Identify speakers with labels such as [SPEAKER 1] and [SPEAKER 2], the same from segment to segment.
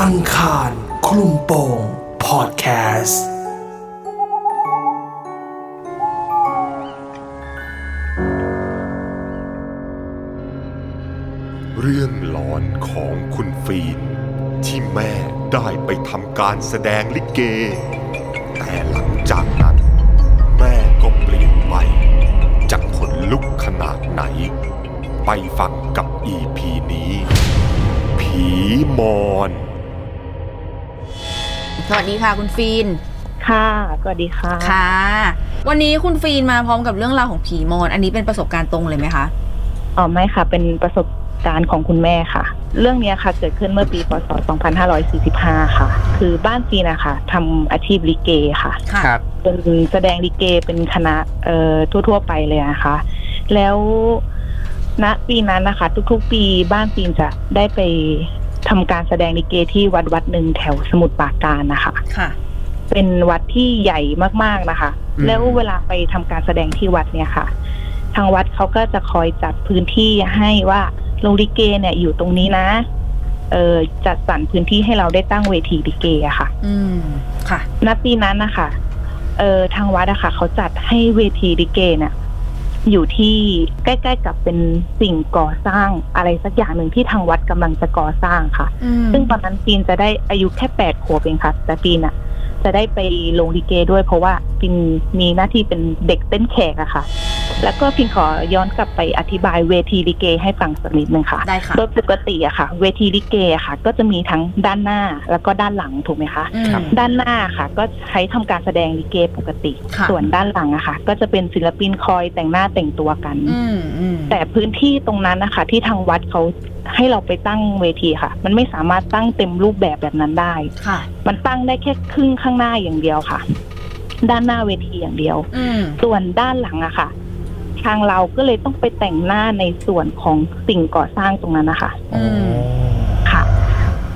[SPEAKER 1] อังคารคลุมโปงพอดแคสต์
[SPEAKER 2] เรื่องหลอนของคุณฟีน ที่แม่ได้ไปทำการแสดงลิเก แต่หลังจากนั้น แม่ก็เปลี่ยนไปจากขนลุกขนาดไหน ไปฟังกับอีพีนี้ ผีมอน
[SPEAKER 3] สวัสดีค่ะคุณฟีน
[SPEAKER 4] ค่ะสวัสดีค่ะ
[SPEAKER 3] ค่ะ วันนี้คุณฟีนมาพร้อมกับเรื่องราวของผีมอนอันนี้เป็นประสบการณ์ตรงเลยไหมคะ
[SPEAKER 4] อ๋อไม่ค่ะ เป็นประสบการณ์ของคุณแม่ค่ะ เรื่องเนี้ยค่ะ เกิดขึ้นเมื่อปีพศ 2545 ค่ะ คือบ้านซีนนะคะทำอาชีพลิเกค่ะ
[SPEAKER 3] ค่ะ
[SPEAKER 5] ครับ
[SPEAKER 4] เป็นแสดงลิเกเป็นคณะเอ่อทั่วๆไปเลยนะคะ แล้วณปีนั้นนะคะ ทุกๆ ปีบ้านซีนจะได้ไปทำการแสดงลิเกที่วัดวัดหนึ่งแถวสมุทรปราการนะคะ
[SPEAKER 3] ค่ะ
[SPEAKER 4] เป็นวัดที่ใหญ่มากๆนะคะ
[SPEAKER 5] อืม
[SPEAKER 4] แล้วเวลาไปทำการแสดงที่วัดเนี่ยค่ะ ทางวัดเขาก็จะคอยจัดพื้นที่ให้ว่าโรงลิเกเนี่ยอยู่ตรงนี้นะ เออจัดสรรพื้นที่ให้เราได้ตั้งเวทีลิเกอะค่ะ
[SPEAKER 3] อืมค่ะ
[SPEAKER 4] ณปีนั้นนะคะเออทางวัดอะค่ะเขาจัดให้เวทีลิเกเนี่ยอยู่ที่ใกล้ๆกับเป็นสิ่งก่อสร้างอะไรสักอย่างหนึ่งที่ทางวัดกำลังจะก่อสร้างค่ะ
[SPEAKER 3] อืม
[SPEAKER 4] ซึ่งตอนนั้นปีนจะได้อายุแค่แปดขวบเองค่ะ แต่ปีนอะจะได้ไปลงลิเกด้วยเพราะว่าปีนมีหน้าที่เป็นเด็กเต้นแขกอะค่ะ แล้วก็พินขอย้อนกลับไปอธิบายเวทีลิเกให้ฟังสักนิดนึงค่ะ
[SPEAKER 3] ได้ค่ะ
[SPEAKER 4] โดยปกติอะค่ะ เวทีลิเกอะค่ะ ก็จะมีทั้งด้านหน้าแล้วก็ด้านหลังถูกไหมคะ
[SPEAKER 3] อืม
[SPEAKER 5] ครับ
[SPEAKER 4] ด้านหน้าค่ะ ก็ใช้ทำการแสดงลิเกปกติ
[SPEAKER 3] ค่ะ
[SPEAKER 4] ส่วนด้านหลังอะค่ะ ก็จะเป็นศิลปินคอยแต่งหน้าแต่งตัวกัน
[SPEAKER 3] อืมอืม
[SPEAKER 4] แต่พื้นที่ตรงนั้นนะคะที่ทางวัดเขาให้เราไปตั้งเวทีค่ะ มันไม่สามารถตั้งเต็มรูปแบบแบบนั้นได้
[SPEAKER 3] ค่ะ
[SPEAKER 4] มันตั้งได้แค่ครึ่งข้างหน้าอย่างเดียวค่ะ ด้านหน้าเวทีอย่างเดียว
[SPEAKER 3] อืม
[SPEAKER 4] ส่วนด้านหลังอะค่ะ ทางเราก็เลยต้องไปแต่งหน้าในส่วนของสิ่งก่อสร้างตรงนั้นนะคะ
[SPEAKER 3] อืม
[SPEAKER 4] ค่ะ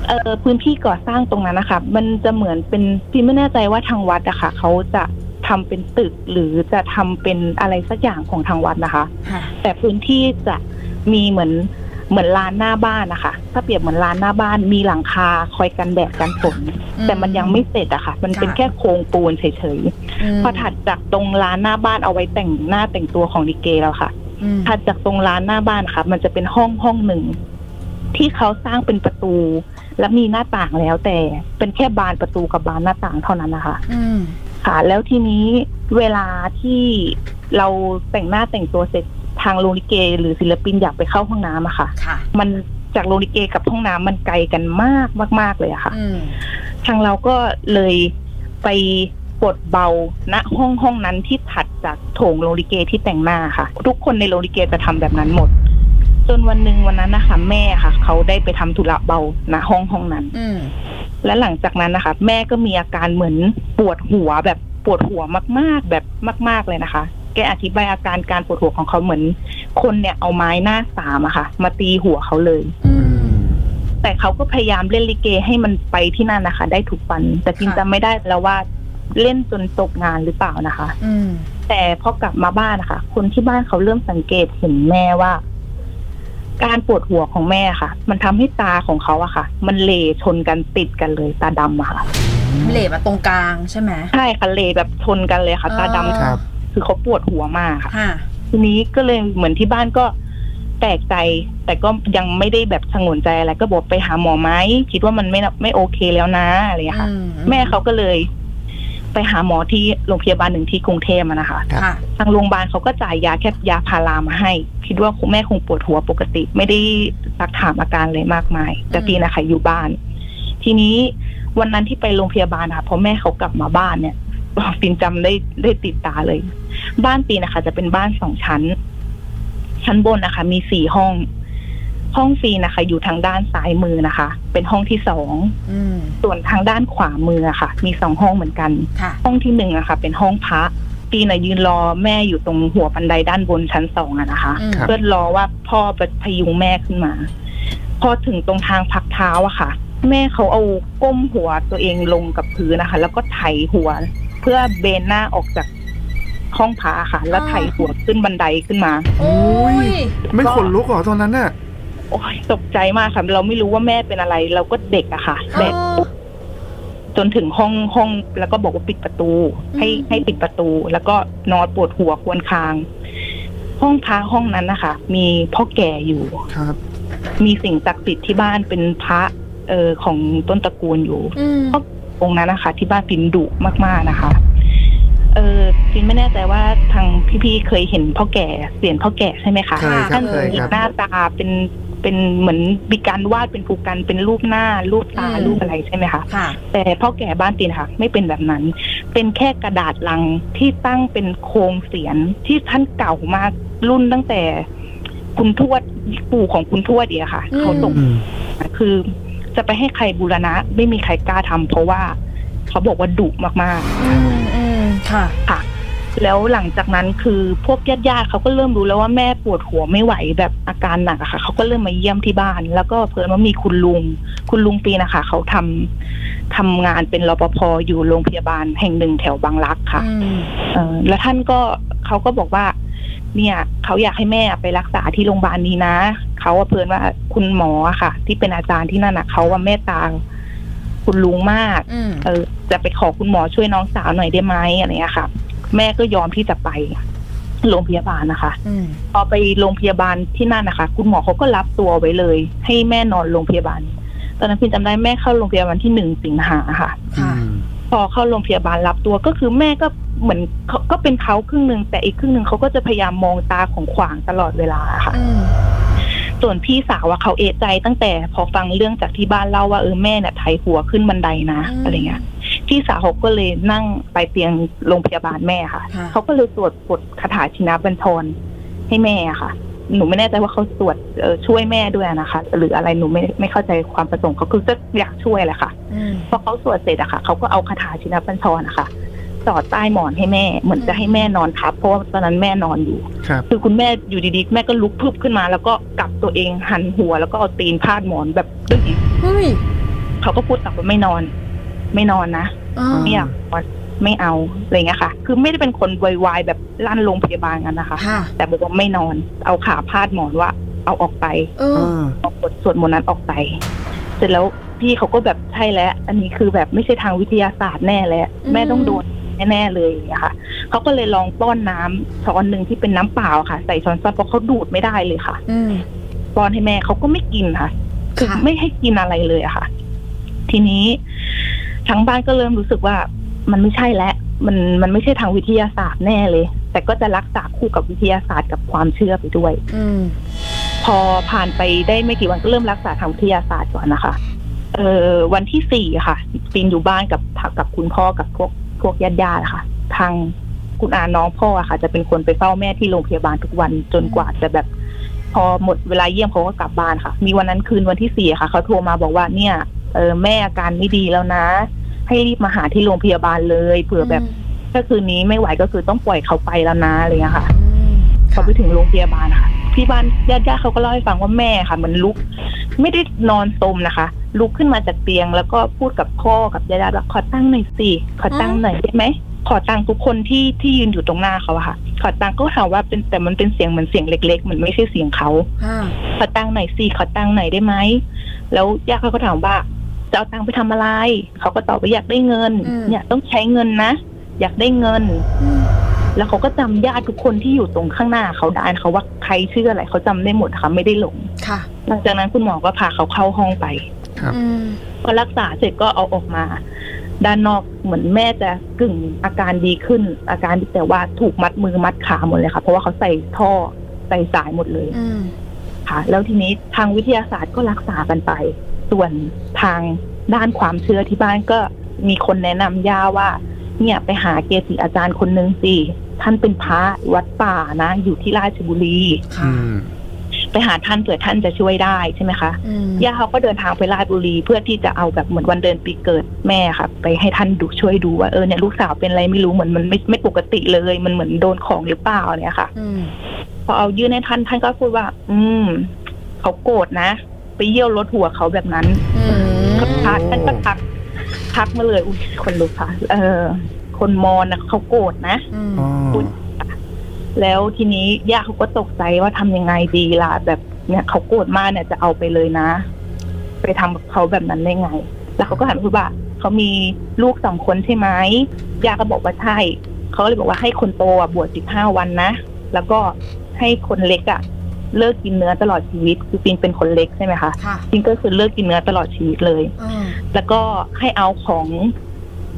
[SPEAKER 4] เออพื้นที่ก่อสร้างตรงนั้นนะคะ มันจะเหมือนเป็นพี่ไม่แน่ใจว่าทางวัดอะค่ะเขาจะทำเป็นตึกหรือจะทำเป็นอะไรสักอย่างของทางวัดนะคะ
[SPEAKER 3] ค่ะ
[SPEAKER 4] แต่พื้นที่จะมีเหมือนเหมือนลานหน้าบ้านนะคะ ถ้าเปรียบเหมือนลานหน้าบ้านมีหลังคาคอยกันแดดกันฝนแต่มันยังไม่เสร็จอะค่ะ มันเป็น
[SPEAKER 3] ค่ะ
[SPEAKER 4] แค่โครงปูนเฉย
[SPEAKER 3] ม
[SPEAKER 4] ๆพอถัดจากตรงลานหน้าบ้านเอาไว้แต่งหน้าแต่งตัวของดิเกแล้วค่ะ
[SPEAKER 3] อืม
[SPEAKER 4] ถัดจากตรงร้านหน้าบ้านค่ะ มันจะเป็นห้องห้องหนึ่ง ที่เขาสร้างเป็นประตู และมีหน้าต่างแล้วแต่เป็นแค่บานประตูกับบานหน้าต่างเท่านั้นนะคะ
[SPEAKER 3] อืม
[SPEAKER 4] ค่ะ แล้วทีนี้เวลาที่เราแต่งหน้าแต่งตัวเสร็จทางโรงลิเก หรือศิลปินอยากไปเข้าห้องน้ำอะค่ะ
[SPEAKER 3] ค่ะ
[SPEAKER 4] มันจากโรงลิเกกับห้องน้ำมันไกลกันมากมาก ๆเลยอะค่ะ
[SPEAKER 3] อืม
[SPEAKER 4] ทางเราก็เลยไปปลดเบาณห้องห้องนั้นที่ถัดจากโถงโรงลิเกที่แต่งหน้าค่ะ ทุกคนในโรงลิเกจะทำแบบนั้นหมด จนวันหนึ่งวันนั้นนะคะแม่ค่ะ เขาได้ไปทำธุระเบาณห้องห้องนั้น
[SPEAKER 3] อืม
[SPEAKER 4] และหลังจากนั้นนะคะ แม่ก็มีอาการเหมือนปวดหัวแบบปวดหัวมาก ๆ แบบมาก ๆเลยนะคะ แกอธิบายอาการการปวดหัวของเขาเหมือน คนเนี่ยเอาไม้หน้าสามอะค่ะ มาตีหัวเขาเลย
[SPEAKER 3] อืม
[SPEAKER 4] แต่เขาก็พยายามเล่นลิเกให้มันไปที่นั่นนะคะ ได้ถูกวัน แต่พิม
[SPEAKER 3] ค่ะ
[SPEAKER 4] จำไม่ได้แล้วว่าเล่นจนตกงานหรือเปล่านะคะ
[SPEAKER 3] อืม
[SPEAKER 4] แต่พอกลับมาบ้านนะคะ คนที่บ้านเขาเริ่มสังเกตเห็นแม่ว่า การปวดหัวของแม่ค่ะ มันทำให้ตาของเขาอะค่ะ มันเหลชนกันติดกันเลยตาดำอะค่ะ
[SPEAKER 3] เหลบอะตรงกลางใช่ไหม
[SPEAKER 4] ใช่ค่ะเหลแบบชนกันเลยค่ะ ตาดำ
[SPEAKER 5] ครับ
[SPEAKER 4] คือเขาปวดหัวมากค่ะ
[SPEAKER 3] ค่ะ
[SPEAKER 4] ทีนี้ก็เลยเหมือนที่บ้านก็แปลกใจ แต่ก็ยังไม่ได้แบบสงวนใจอะไรก็บอกไปหาหมอไหมคิดว่ามันไม่น่าไม่โอเคแล้วนะอะไรอย่างเงี้ยค่ะ
[SPEAKER 3] อื
[SPEAKER 4] แม่เขาก็เลย ไปหาหมอที่โรงพยาบาลหนึ่งที่กรุงเทพอะนะคะ
[SPEAKER 3] ค่ะ
[SPEAKER 4] ทางโรงพยาบาลเขาก็จ่ายยาแค่ยาพารามาให้ คิดว่าคุณแม่คงปวดหัวปกติ ไม่ได้ซักถามอาการเลยมากมาย แต่
[SPEAKER 3] อืม
[SPEAKER 4] ปีนะคะอยู่บ้าน ทีนี้วันนั้นที่ไปโรงพยาบาลนะคะพอแม่เขากลับมาบ้านเนี่ย ปีนจำได้ได้ติดตาเลย บ้านปีนะคะ จะเป็นบ้านสองชั้น ชั้นบนนะคะ มีสี่ห้อง ห้องซีนะคะ อยู่ทางด้านซ้ายมือนะคะ เป็นห้องที่สอง
[SPEAKER 3] อืม
[SPEAKER 4] ส่วนทางด้านขวามืออะค่ะ มีสองห้องเหมือนกัน
[SPEAKER 3] ค่ะ
[SPEAKER 4] ห้องที่หนึ่งอะค่ะ เป็นห้องพระปีน่ะยืนรอแม่อยู่ตรงหัวบันไดด้านบนชั้นสองอะนะคะ
[SPEAKER 3] อืม
[SPEAKER 5] ครับ
[SPEAKER 4] เพื่อรอว่าพ่อไปพยุงแม่ขึ้นมา พอถึงตรงทางพักเท้าอะค่ะ แม่เขาเอาก้มหัวตัวเองลงกับพื้นนะคะ แล้วก็ไถหัว เพื่อเบนหน้าออกจากห้องพระอะค่ะ แล้วไถหัวขึ้นบันไดขึ้นมา
[SPEAKER 3] โอ้ย
[SPEAKER 5] ไม่ขนลุกเหรอตอนนั้นน่ะ
[SPEAKER 4] โอ้ยตกใจมากค่ะเราไม่รู้ว่าแม่เป็นอะไร เราก็เด็กอะค่ะ
[SPEAKER 3] อ๋อ
[SPEAKER 4] แบกปุ๊บจนถึงห้องห้องแล้วก็บอกว่าปิดประตู ให้
[SPEAKER 3] อืม
[SPEAKER 4] ให้ปิดประตู แล้วก็นอนปวดหัวครวนคราง ห้องพระห้องนั้นนะคะมีพ่อแก่อยู่
[SPEAKER 5] ครับ
[SPEAKER 4] มีสิ่งศักดิ์สิทธิ์ที่บ้านเป็นพระ เออของต้นตระกูลอยู่
[SPEAKER 3] อืม
[SPEAKER 4] องค์นั้นนะคะ ที่บ้านปินดุมากๆนะคะ เออปินไม่แน่ใจว่าทางพี่ๆเคยเห็นพ่อแก่เสียนพ่อแก่ใช่ไหมคะ
[SPEAKER 5] เคยครับ
[SPEAKER 4] ท่าน
[SPEAKER 5] เคย
[SPEAKER 4] มี
[SPEAKER 5] ครับ
[SPEAKER 4] หน้าตาเป็นเป็นเหมือนมีการวาดเป็นภูกันเป็นรูปหน้ารูปตา
[SPEAKER 3] อืม
[SPEAKER 4] รูปอะไรใช่ไหมคะ
[SPEAKER 3] ค่ะ
[SPEAKER 4] แต่พ่อแก่บ้านตีนค่ะ ไม่เป็นแบบนั้น เป็นแค่กระดาษลังที่ตั้งเป็นโครงเสียนที่ท่านเก่ามากรุ่นตั้งแต่ คุณทวดปู่ของคุณทวดเดียค่ะ
[SPEAKER 3] อืม
[SPEAKER 4] เขาส่ง
[SPEAKER 5] อืม
[SPEAKER 4] คือจะไปให้ใครบูรณะไม่มีใครกล้าทำเพราะว่าเขาบอกว่าดุมาก
[SPEAKER 3] อืมอืมค่ะ
[SPEAKER 4] ๆค่ะ แล้วหลังจากนั้นคือพวกญาติๆเขาก็เริ่มรู้แล้วว่าแม่ปวดหัวไม่ไหวแบบอาการหนักอะค่ะเขาก็เริ่มมาเยี่ยมที่บ้าน แล้วก็เพิ่นว่ามีคุณลุง คุณลุงปีนะคะเขาทำทำงานเป็นรปภอยู่โรงพยาบาลแห่งหนึ่งแถวบางรักค่ะ
[SPEAKER 3] อืม
[SPEAKER 4] เออแล้วท่านก็เขาก็บอกว่า เนี่ยเขาอยากให้แม่ไปรักษาที่โรงพยาบาลนี้นะเขาว่าเพื่อนว่าคุณหมออะค่ะ ที่เป็นอาจารย์ที่นั่นนะเขาว่าเมตตาคุณลุงมาก
[SPEAKER 3] อืม
[SPEAKER 4] เออจะไปขอคุณหมอช่วยน้องสาวหน่อยได้ไหมอะไรเงี้ยค่ะ แม่ก็ยอมที่จะไปโรงพยาบาลนะคะ
[SPEAKER 3] อืม
[SPEAKER 4] พอไปโรงพยาบาลที่นั่นนะคะ คุณหมอเขาก็รับตัวไว้เลย ให้แม่นอนโรงพยาบาล ตอนนั้นพี่จำได้แม่เข้าโรงพยาบาลที่หนึ่งสิงหาค่ะ
[SPEAKER 5] อื
[SPEAKER 3] ค่ะ
[SPEAKER 5] ม
[SPEAKER 4] พอเข้าโรงพยาบาลรับตัวก็คือแม่ก็เหมือนเขาก็เป็นเขาครึ่งหนึ่งแต่อีกครึ่งหนึ่งเขาก็จะพยายามมองตาของขวางตลอดเวลาค่ะ
[SPEAKER 3] อืม
[SPEAKER 4] ส่วนพี่สาวว่าเขาเอะใจตั้งแต่พอฟังเรื่องจากที่บ้านเล่าว่าเออแม่เนี่ยไถหัวขึ้นบันไดนะ
[SPEAKER 3] อืม
[SPEAKER 4] อะไรเงี้ยพี่สาวเขาก็เลยนั่งไปเตียงโรงพยาบาลแม่ค่ะ
[SPEAKER 3] ค่ะ
[SPEAKER 4] เขาก็เลยสวดบทคาถาชินาบัญชรให้แม่ค่ะ หนูไม่แน่ใจว่าเขาสวดเอ่อช่วยแม่ด้วยนะคะ หรืออะไรหนูไม่ไม่เข้าใจความประสงค์เขาคือจะอยากช่วยแหละค่ะ
[SPEAKER 3] อืม
[SPEAKER 4] พอเขาสวดเสร็จอะค่ะเขาก็เอาคาถาชินบัญชรอะค่ะสอดใต้หมอนให้แม่ เหมือนจะให้แม่นอนทับเพราะว่าตอนนั้นแม่นอนอยู่
[SPEAKER 5] ครับ
[SPEAKER 4] คือคุณแม่อยู่ดีๆ แม่ก็ลุกพรึบขึ้นมา แล้วก็กลับตัวเองหันหัว แล้วก็เอาตีนพาดหมอนแบบดึง
[SPEAKER 3] เฮ้ย
[SPEAKER 4] เขาก็พูดกลับว่าไม่นอน ไม่นอนนะ
[SPEAKER 3] อ๋อ
[SPEAKER 4] ไม่อยากนอนไม่เอาอะไรเงี้ยค่ะ คือไม่ได้เป็นคนวายวายแบบลั่นโรงพยาบาลกันนะคะ
[SPEAKER 3] ค่ะ
[SPEAKER 4] แต่บอกว่าไม่นอน เอาขาพาดหมอนว่า เอาออกไป
[SPEAKER 3] เออ
[SPEAKER 5] อ่า
[SPEAKER 4] เอาบทสวดมนต์นั้นออกไป เสร็จแล้วพี่เขาก็แบบใช่แล้ว อันนี้คือแบบไม่ใช่ทางวิทยาศาสตร์แน่แล้ว
[SPEAKER 3] อืม
[SPEAKER 4] แม่ต้องโดนแน่ๆเลยอย่างเงี้ยค่ะเขาก็เลยลองป้อนน้ำช้อนหนึ่งที่เป็นน้ำเปล่าค่ะ ใส่ช้อนซ่อมเพราะเขาดูดไม่ได้เลยค่ะ
[SPEAKER 3] อืม
[SPEAKER 4] ป้อนให้แม่เขาก็ไม่กินค่ะ คือ
[SPEAKER 3] ค่ะ
[SPEAKER 4] ไม่ให้กินอะไรเลยอะค่ะ ทีนี้ทั้งบ้านก็เริ่มรู้สึกว่ามันไม่ใช่แล้วมันมันไม่ใช่ทางวิทยาศาสตร์แน่เลย แต่ก็จะรักษาคู่กับวิทยาศาสตร์กับความเชื่อไปด้วย
[SPEAKER 3] อืม
[SPEAKER 4] พอผ่านไปได้ไม่กี่วันก็เริ่มรักษาทางวิทยาศาสตร์ก่อนนะคะ เออวันที่สี่ค่ะ ปินอยู่บ้านกับกับคุณพ่อกับพวกพวกญาติญาติๆค่ะ ทางคุณอาน้องพ่ออะค่ะ จะเป็นคนไปเฝ้าแม่ที่โรงพยาบาลทุกวันจนกว่าจะแบบ พอหมดเวลาเยี่ยมเขาก็กลับบ้านค่ะ มีวันนั้นคืนวันที่สี่ค่ะเขาโทรมาบอกว่าเนี่ยเออแม่อาการไม่ดีแล้วนะ ให้รีบมาหาที่โรงพยาบาลเลยเผื่อแบบถ้าคืนนี้ไม่ไหวก็คือต้องปล่อยเขาไปแล้วนะอะไรอย่างเงี้ยค่ะ
[SPEAKER 3] อืม
[SPEAKER 4] พอไปถึงโรงพยาบาลค่ะที่บ้านญาติๆเขาก็เล่าให้ฟังว่าแม่ค่ะเหมันลุก ไม่ได้นอนสมนะคะ ลุกขึ้นมาจากเตียง แล้วก็พูดกับพ่อกับญาติๆว่าขอตั้งค์หน่อยสิขอตั้งค์หน่อยได้ไหมขอตังค์ทุกคนที่ที่ยืนอยู่ตรงหน้าเขาอะค่ะ ขอตังค์ก็ถามว่าเป็นแต่มันเป็นเสียงเหมือนเสียงเล็กๆเหมันไม่ใช่เสียงเขา
[SPEAKER 3] ค่ะ
[SPEAKER 4] ขอตังค์หน่อยสิขอตังค์หน่อยได้ไหมแล้วญาติเขาก็ถามว่าจะเอาตังค์ไปทำอะไรเขาก็ตอบว่าอยากได้เงิน
[SPEAKER 3] อืม
[SPEAKER 4] เนี่ยต้องใช้เงินนะ อยากได้เงิน
[SPEAKER 3] อืม
[SPEAKER 4] แล้วเขาก็จำญาติทุกคนที่อยู่ตรงข้างหน้าเขาได้นะคะว่าใครชื่ออะไรเขาจำได้หมดค่ะไม่ได้หลง
[SPEAKER 3] ค่ะ
[SPEAKER 4] หลังจากนั้นคุณหมอก็พาเขาเข้าห้องไป
[SPEAKER 5] ครับ
[SPEAKER 3] อืม
[SPEAKER 4] พอรักษาเสร็จก็เอาออกมา ด้านนอกเหมือนแม่จะกึ่งอาการดีขึ้น อาการแต่ว่าถูกมัดมือมัดขาหมดเลยค่ะ เพราะว่าเขาใส่ท่อใส่สายหมดเลย
[SPEAKER 3] อืม
[SPEAKER 4] ค่ะ แล้วทีนี้ทางวิทยาศาสตร์ก็รักษากันไป ส่วนทางด้านความเชื่อที่บ้านก็มีคนแนะนำย่าว่า เนี่ยไปหาเกจิอาจารย์คนนึงสิท่านเป็นพระวัดป่านะ อยู่ที่ราชบุรี
[SPEAKER 3] ค่ะ
[SPEAKER 5] อืม
[SPEAKER 4] ไปหาท่านเผื่อท่านจะช่วยได้ใช่ไหมคะ
[SPEAKER 3] อืม
[SPEAKER 4] ย่าเขาก็เดินทางไปราชบุรี เพื่อที่จะเอาแบบเหมือนวันเดือนปีเกิดแม่ค่ะ ไปให้ท่านดูช่วยดูว่าเออเนี่ยลูกสาวเป็นอะไรไม่รู้เหมือนมันไม่ไม่ปกติเลย มันเหมือนโดนของหรือเปล่าเนี่ยค่ะ
[SPEAKER 3] อืม
[SPEAKER 4] พอเอายื่นให้ท่านท่านก็พูดว่า อืมเขาโกรธนะ ไปเยี่ยวรถหัวเขาแบบนั้น
[SPEAKER 3] อืม
[SPEAKER 4] ก็ทักท่านก็ทักทักมาเลยอุ้ยคนลุกค่ะ เออ คนมอนนะเขาโกรธนะ
[SPEAKER 3] อืม
[SPEAKER 5] อ๋อ
[SPEAKER 4] แล้วทีนี้ย่าเขาก็ตกใจว่าทำยังไงดีล่ะแบบ เนี่ยเขาโกรธมากเนี่ยจะเอาไปเลยนะ ไปทำกับเขาแบบนั้นได้ไง แล้วเขาก็หันมาพูดว่าเขามีลูกสองคนใช่ไหมย่าก็บอกว่าใช่เขาก็เลยบอกว่าให้คนโตอ่ะบวชสิบห้าวันนะ แล้วก็ให้คนเล็กอ่ะ เลิกกินเนื้อตลอดชีวิตคือปินเป็นคนเล็กใช่ไหมคะ
[SPEAKER 3] ค่ะ
[SPEAKER 4] ปินก็คือเลิกกินเนื้อตลอดชีวิตเลย
[SPEAKER 3] เออ
[SPEAKER 4] แล้วก็ให้เอาของ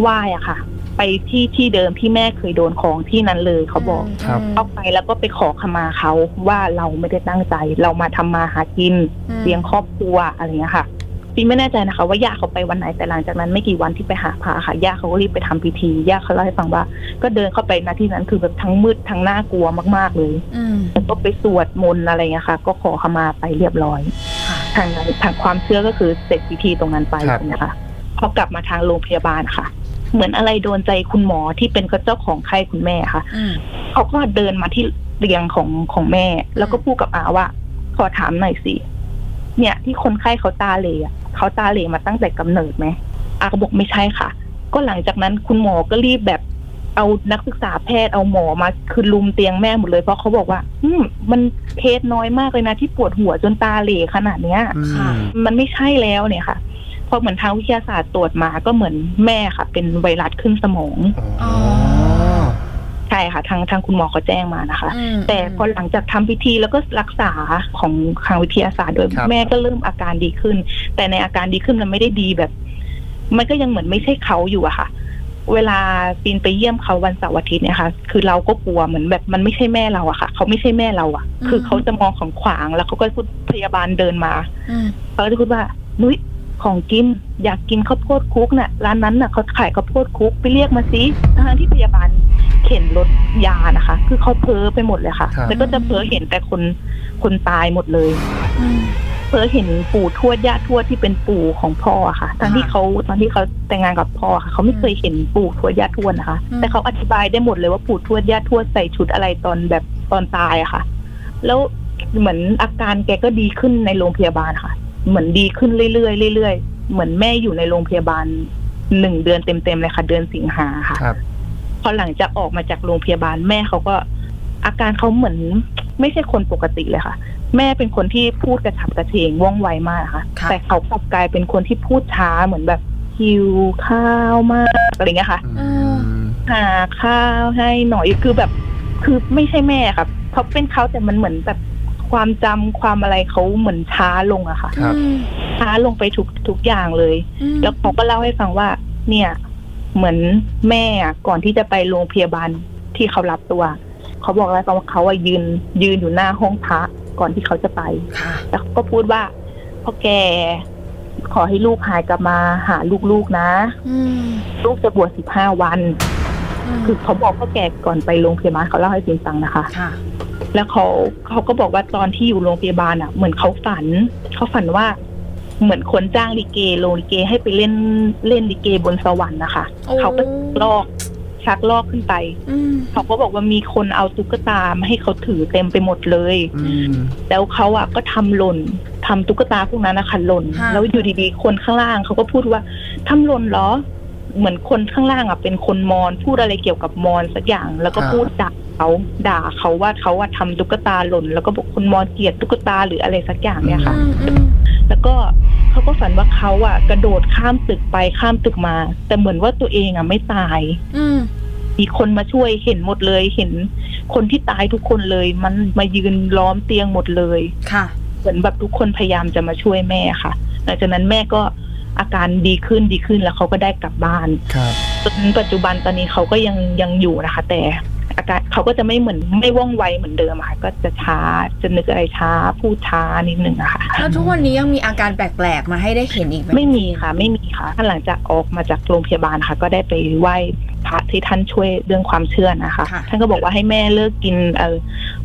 [SPEAKER 4] ไหว้อะค่ะ ไปที่ที่เดิมที่แม่เคยโดนของที่นั้นเลยเขาบอก
[SPEAKER 5] ครับ
[SPEAKER 4] เข้าไปแล้วก็ไปขอขมาเขาว่าเราไม่ได้ตั้งใจ เรามาทำมาหากิน
[SPEAKER 3] อืม
[SPEAKER 4] เลี้ยงครอบครัวอะไรอย่างเงี้ยค่ะปีไม่แน่ใจนะคะ ว่าย่าเขาไปวันไหนแต่หลังจากนั้นไม่กี่วันที่ไปหาพระค่ะย่าเขาก็รีบไปทำพิธีย่าเขาเล่าให้ฟังว่า ก็เดินเข้าไปณที่นั้นคือแบบทั้งมืดทั้งน่ากลัวมากๆเลย
[SPEAKER 3] อืม
[SPEAKER 4] แล้วก็ไปสวดมนต์อะไรอย่างเงี้ยค่ะ ก็ขอขมาไปเรียบร้อย
[SPEAKER 3] ค่ะ
[SPEAKER 4] ทางทางความเชื่อก็คือเสร็จพิธีตรงนั้นไป
[SPEAKER 5] ครับ
[SPEAKER 4] ใช่ไหมคะพอกลับมาทางโรงพยาบาลค่ะ เหมือนอะไรโดนใจคุณหมอที่เป็นเจ้าของไข้คุณแม่ค่ะ
[SPEAKER 3] อืม
[SPEAKER 4] เขาก็เดินมาที่เตียงของของแม่ แล้วก็พูดกับอาว่า ขอถามหน่อยสิเนี่ย ที่คนไข้เขาตาเหลอะเขาตาเหลมาตั้งแต่กำเนิดไหมอาก็บอกไม่ใช่ค่ะ ก็หลังจากนั้นคุณหมอก็รีบแบบเอานักศึกษาแพทย์เอาหมอมาคือลุมเตียงแม่หมดเลยเพราะเขาบอกว่า อืมมันเคสน้อยมากเลยนะที่ปวดหัวจนตาเหลขนาดเนี้ย
[SPEAKER 5] อืม
[SPEAKER 4] มันไม่ใช่แล้วเนี่ยค่ะเพราะเหมือนทางวิทยาศาสตร์ตรวจมาก็เหมือนแม่ค่ะ เป็นไวรัสขึ้นสมอง
[SPEAKER 5] อ๋อ
[SPEAKER 4] ใช่ค่ะ ทางทางคุณหมอเขาแจ้งมานะคะ
[SPEAKER 3] อืม
[SPEAKER 4] แต่พอหลังจากทำพิธีแล้วก็รักษาของทางวิทยาศาสตร์โดย
[SPEAKER 5] ครับ
[SPEAKER 4] แม่ก็เริ่มอาการดีขึ้น แต่ในอาการดีขึ้นมันไม่ได้ดีแบบ มันก็ยังเหมือนไม่ใช่เขาอยู่อะค่ะ เวลาปีนไปเยี่ยมเขาวันเสาร์อาทิตย์เนี่ยค่ะ คือเราก็กลัวเหมือนแบบมันไม่ใช่แม่เราอะค่ะ เขาไม่ใช่แม่เราอะคือเขาจะมองของขวางแล้วเขาก็พูดพยาบาลเดินมา
[SPEAKER 3] อืม
[SPEAKER 4] เขาก็จะพูดว่า นุ้ยของกิน อยากกินข้าวโพดคลุกน่ะ ร้านนั้นน่ะเขาขายข้าวโพดคลุกไปเรียกมาสิทางที่พยาบาลเข็นรถยานะคะ คือเขาเพ้อไปหมดเลยค่ะ
[SPEAKER 5] ครับ
[SPEAKER 4] แล้วก็จะเพ้อเห็นแต่คนคนตายหมดเลย
[SPEAKER 3] อืม
[SPEAKER 4] เพ้อเห็นปู่ทวดย่าทวดที่เป็นปู่ของพ่ออะค่ะตอนที่เขาตอนที่เขาแต่งงานกับพ่อค่ะเขาไม่เคยเห็นปู่ทวดย่าทวดนะคะ
[SPEAKER 3] อืม
[SPEAKER 4] แต่เขาอธิบายได้หมดเลยว่าปู่ทวดย่าทวดใส่ชุดอะไรตอนแบบตอนตายอะค่ะ แล้วเหมือนอาการแกก็ดีขึ้นในโรงพยาบาลค่ะ เหมือนดีขึ้นเรื่อยๆเรื่อยๆเหมือนแม่อยู่ในโรงพยาบาลหนึ่งเดือนเต็มๆเลยค่ะ เดือนสิงหาค่ะ
[SPEAKER 5] ครับ
[SPEAKER 4] พอหลังจากออกมาจากโรงพยาบาลแม่เขาก็ อาการเขาเหมือน ไม่ใช่คนปกติเลยค่ะ แม่เป็นคนที่พูดกระฉับกระเฉงว่องไวมากค่ะ
[SPEAKER 3] ครับ
[SPEAKER 4] แต่เขากลับกลายเป็นคนที่พูดช้าเหมือนแบบหิวข้าวมากอะไรเงี้ยค่ะ
[SPEAKER 5] อืม
[SPEAKER 4] หาข้าวให้หน่อยคือแบบ คือไม่ใช่แม่ค่ะเขาเป็นเขาแต่มันเหมือนแบบความจำความอะไรเขาเหมือนช้าลงอะค่ะ
[SPEAKER 5] ครับ
[SPEAKER 3] อืม
[SPEAKER 4] ช้าลงไปทุกทุกอย่างเลย
[SPEAKER 3] อืม
[SPEAKER 4] แล้วเขาก็เล่าให้ฟังว่า เนี่ย เหมือนแม่อะก่อนที่จะไปโรงพยาบาลที่เขารับตัว เขาบอกแล้วว่าเขาว่ายืนยืนอยู่หน้าห้องพระก่อนที่เขาจะไป
[SPEAKER 3] ค่ะ
[SPEAKER 4] แล้วเขาก็พูดว่าพ่อแกขอให้ลูกหายกลับมาหาลูกๆนะ
[SPEAKER 3] อืม
[SPEAKER 4] ลูกจะบวชสิบห้าวัน
[SPEAKER 3] ม
[SPEAKER 4] คือเขาบอกพ่อแกก่อนไปโรงพยาบาลเขาเล่าให้ฟินฟังนะคะ
[SPEAKER 3] ค่ะ
[SPEAKER 4] แล้วเขาเขาก็บอกว่าตอนที่อยู่โรงพยาบาลอ่ะ เหมือนเขาฝัน เขาฝันว่า เหมือนคนจ้างลิเกโรงลิเกให้ไปเล่นเล่นลิเกบนสวรรค์นะคะ
[SPEAKER 3] โอ้
[SPEAKER 4] เขาก็ลอกชักลอกขึ้นไป
[SPEAKER 3] อืม
[SPEAKER 4] เขาก็บอกว่ามีคนเอาตุ๊กตามาให้เขาถือเต็มไปหมดเลย
[SPEAKER 5] อืม
[SPEAKER 4] แล้วเขาอ่ะก็ทำหล่นทำตุ๊กตาพวกนั้นนะคะหล่น
[SPEAKER 3] ค่ะ
[SPEAKER 4] แล้วอยู่ดีๆ คนข้างล่างเขาก็พูดว่าทำหล่นเหรอ เหมือนคนข้างล่างอ่ะเป็นคนมอญพูดอะไรเกี่ยวกับมอญสักอย่าง แล้วก็
[SPEAKER 5] ค่ะ
[SPEAKER 4] พูดด่าเขาด่าเขาว่าเขาอ่ะทำตุ๊กตาหล่น แล้วก็บอกคนมอญเกลียดตุ๊กตาหรืออะไรสักอย่างเนี่ยค่ะ
[SPEAKER 3] อืมอืม
[SPEAKER 4] แล้วก็เขาก็ฝันว่าเขาอ่ะกระโดดข้ามตึกไปข้ามตึกมา แต่เหมือนว่าตัวเองอ่ะไม่ตาย
[SPEAKER 3] อืม
[SPEAKER 4] มีคนมาช่วยเห็นหมดเลยเห็นคนที่ตายทุกคนเลย มันมายืนล้อมเตียงหมดเลย
[SPEAKER 3] ค่ะ
[SPEAKER 4] เหมือนแบบทุกคนพยายามจะมาช่วยแม่ค่ะ หลังจากนั้นแม่ก็อาการดีขึ้นดีขึ้นแล้วเขาก็ได้กลับบ้าน
[SPEAKER 5] ครับ
[SPEAKER 4] จนปัจจุบันตอนนี้เขาก็ยังยังอยู่นะคะ แต่อาการเขาก็จะไม่เหมือนไม่ว่องไวเหมือนเดิมอะค่ะ ก็จะช้าจะนึกอะไรช้าพูดช้านิดนึงอะค่ะ
[SPEAKER 3] แล้วทุกวันนี้ยังมีอาการแปลกๆ มาให้ได้เห็นอีกไหม
[SPEAKER 4] ไม่มีค่ะ ไม่มีค่ะหลังจากออกมาจากโรงพยาบาลค่ะ ก็ได้ไปไหว้พระที่ท่านช่วยเรื่องความเชื่อนะคะ
[SPEAKER 3] ค่ะ
[SPEAKER 4] ท่านก็บอกว่าให้แม่เลิกกินเออ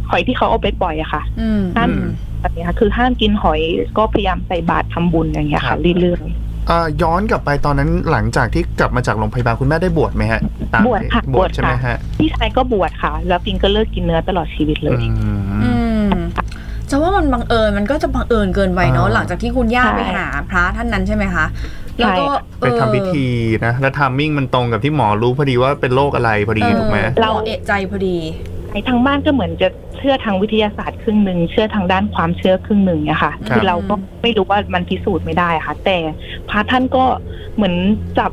[SPEAKER 4] หอยที่เขาเอาไปปล่อยอะค่ะ
[SPEAKER 3] อืม
[SPEAKER 4] ห้าม
[SPEAKER 5] อืม
[SPEAKER 4] แบบนี้ค่ะคือห้ามกินหอยก็พยายามใส่บาตรทำบุญอย่างเงี้ย
[SPEAKER 5] ครั
[SPEAKER 4] ค่ะ
[SPEAKER 5] บ
[SPEAKER 4] เรื่อย
[SPEAKER 5] อ่าย้อนกลับไปตอนนั้นหลังจากที่กลับมาจากโรงพยาบาลคุณแม่ได้บวชไหมฮะตาม
[SPEAKER 4] บวชค่ะ
[SPEAKER 5] บวช
[SPEAKER 4] บวชค่ะ
[SPEAKER 5] ใช่ไหมฮะ
[SPEAKER 4] ๆพี่ชายก็บวชค่ะ แล้วปิงก็เลิกกินเนื้อตลอดชีวิตเลย
[SPEAKER 5] อื
[SPEAKER 3] อื
[SPEAKER 5] ม
[SPEAKER 3] มจะว่ามันบังเอิญมันก็จะบังเอิญเกินไปเนาะ
[SPEAKER 5] อ่า
[SPEAKER 3] หลังจากที่คุณย่า
[SPEAKER 4] ใช่
[SPEAKER 3] ไปหาพระท่านนั้นใช่ไหมคะแล้วก็
[SPEAKER 4] ใช่ค่ะ
[SPEAKER 5] ไปทำพิธีนะ แล้วทามมิ่งมันตรงกับที่หมอรู้พอดีว่าเป็นโรคอะไรพอดี
[SPEAKER 3] เออ
[SPEAKER 5] ถูกไหม
[SPEAKER 3] เราเอะใจพอดี
[SPEAKER 4] ทางบ้านก็เหมือนจะเชื่อทางวิทยาศาสตร์ครึ่งหนึ่งเชื่อทางด้านความเชื่อครึ่งหนึ่งเนี่ยค่ะ
[SPEAKER 5] ครับ
[SPEAKER 4] เราก็ไม่รู้ว่ามันพิสูจน์ไม่ได้ค่ะ แต่พระท่านก็เหมือนจับ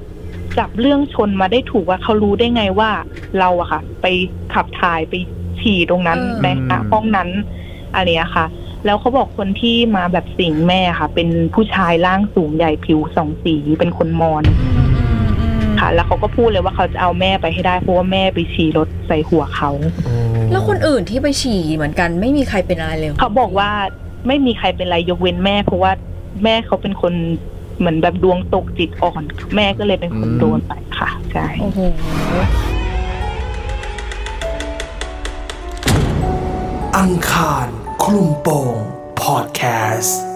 [SPEAKER 4] จับเรื่องชนมาได้ถูกว่าเขารู้ได้ไงว่าเราอะค่ะ ไปขับถ่ายไปฉี่ตรงนั้น
[SPEAKER 3] เออ
[SPEAKER 4] แม้กระทั่งห้องนั้นอะไรอะค่ะ แล้วเขาบอกคนที่มาแบบสิงแม่ค่ะ เป็นผู้ชายร่างสูงใหญ่ผิวสองสีเป็นคนมอญ ค่ะแล้วเขาก็พูดเลยว่าเขาจะเอาแม่ไปให้ได้เพราะว่าแม่ไปฉี่รถใส่หัวเขา
[SPEAKER 5] โอ้
[SPEAKER 3] แล้วคนอื่นที่ไปฉี่เหมือนกันไม่มีใครเป็นอะไรเลย
[SPEAKER 4] เขาบอกว่าไม่มีใครเป็นไรยกเว้นแม่ เพราะว่าแม่เขาเป็นคนเหมือนแบบดวงตกจิตอ่อน แม่ก็เลยเป็นคนโดนไปค่ะ ใช่
[SPEAKER 3] โอ้โห
[SPEAKER 1] อังคารคลุมโปงพอดแคสต์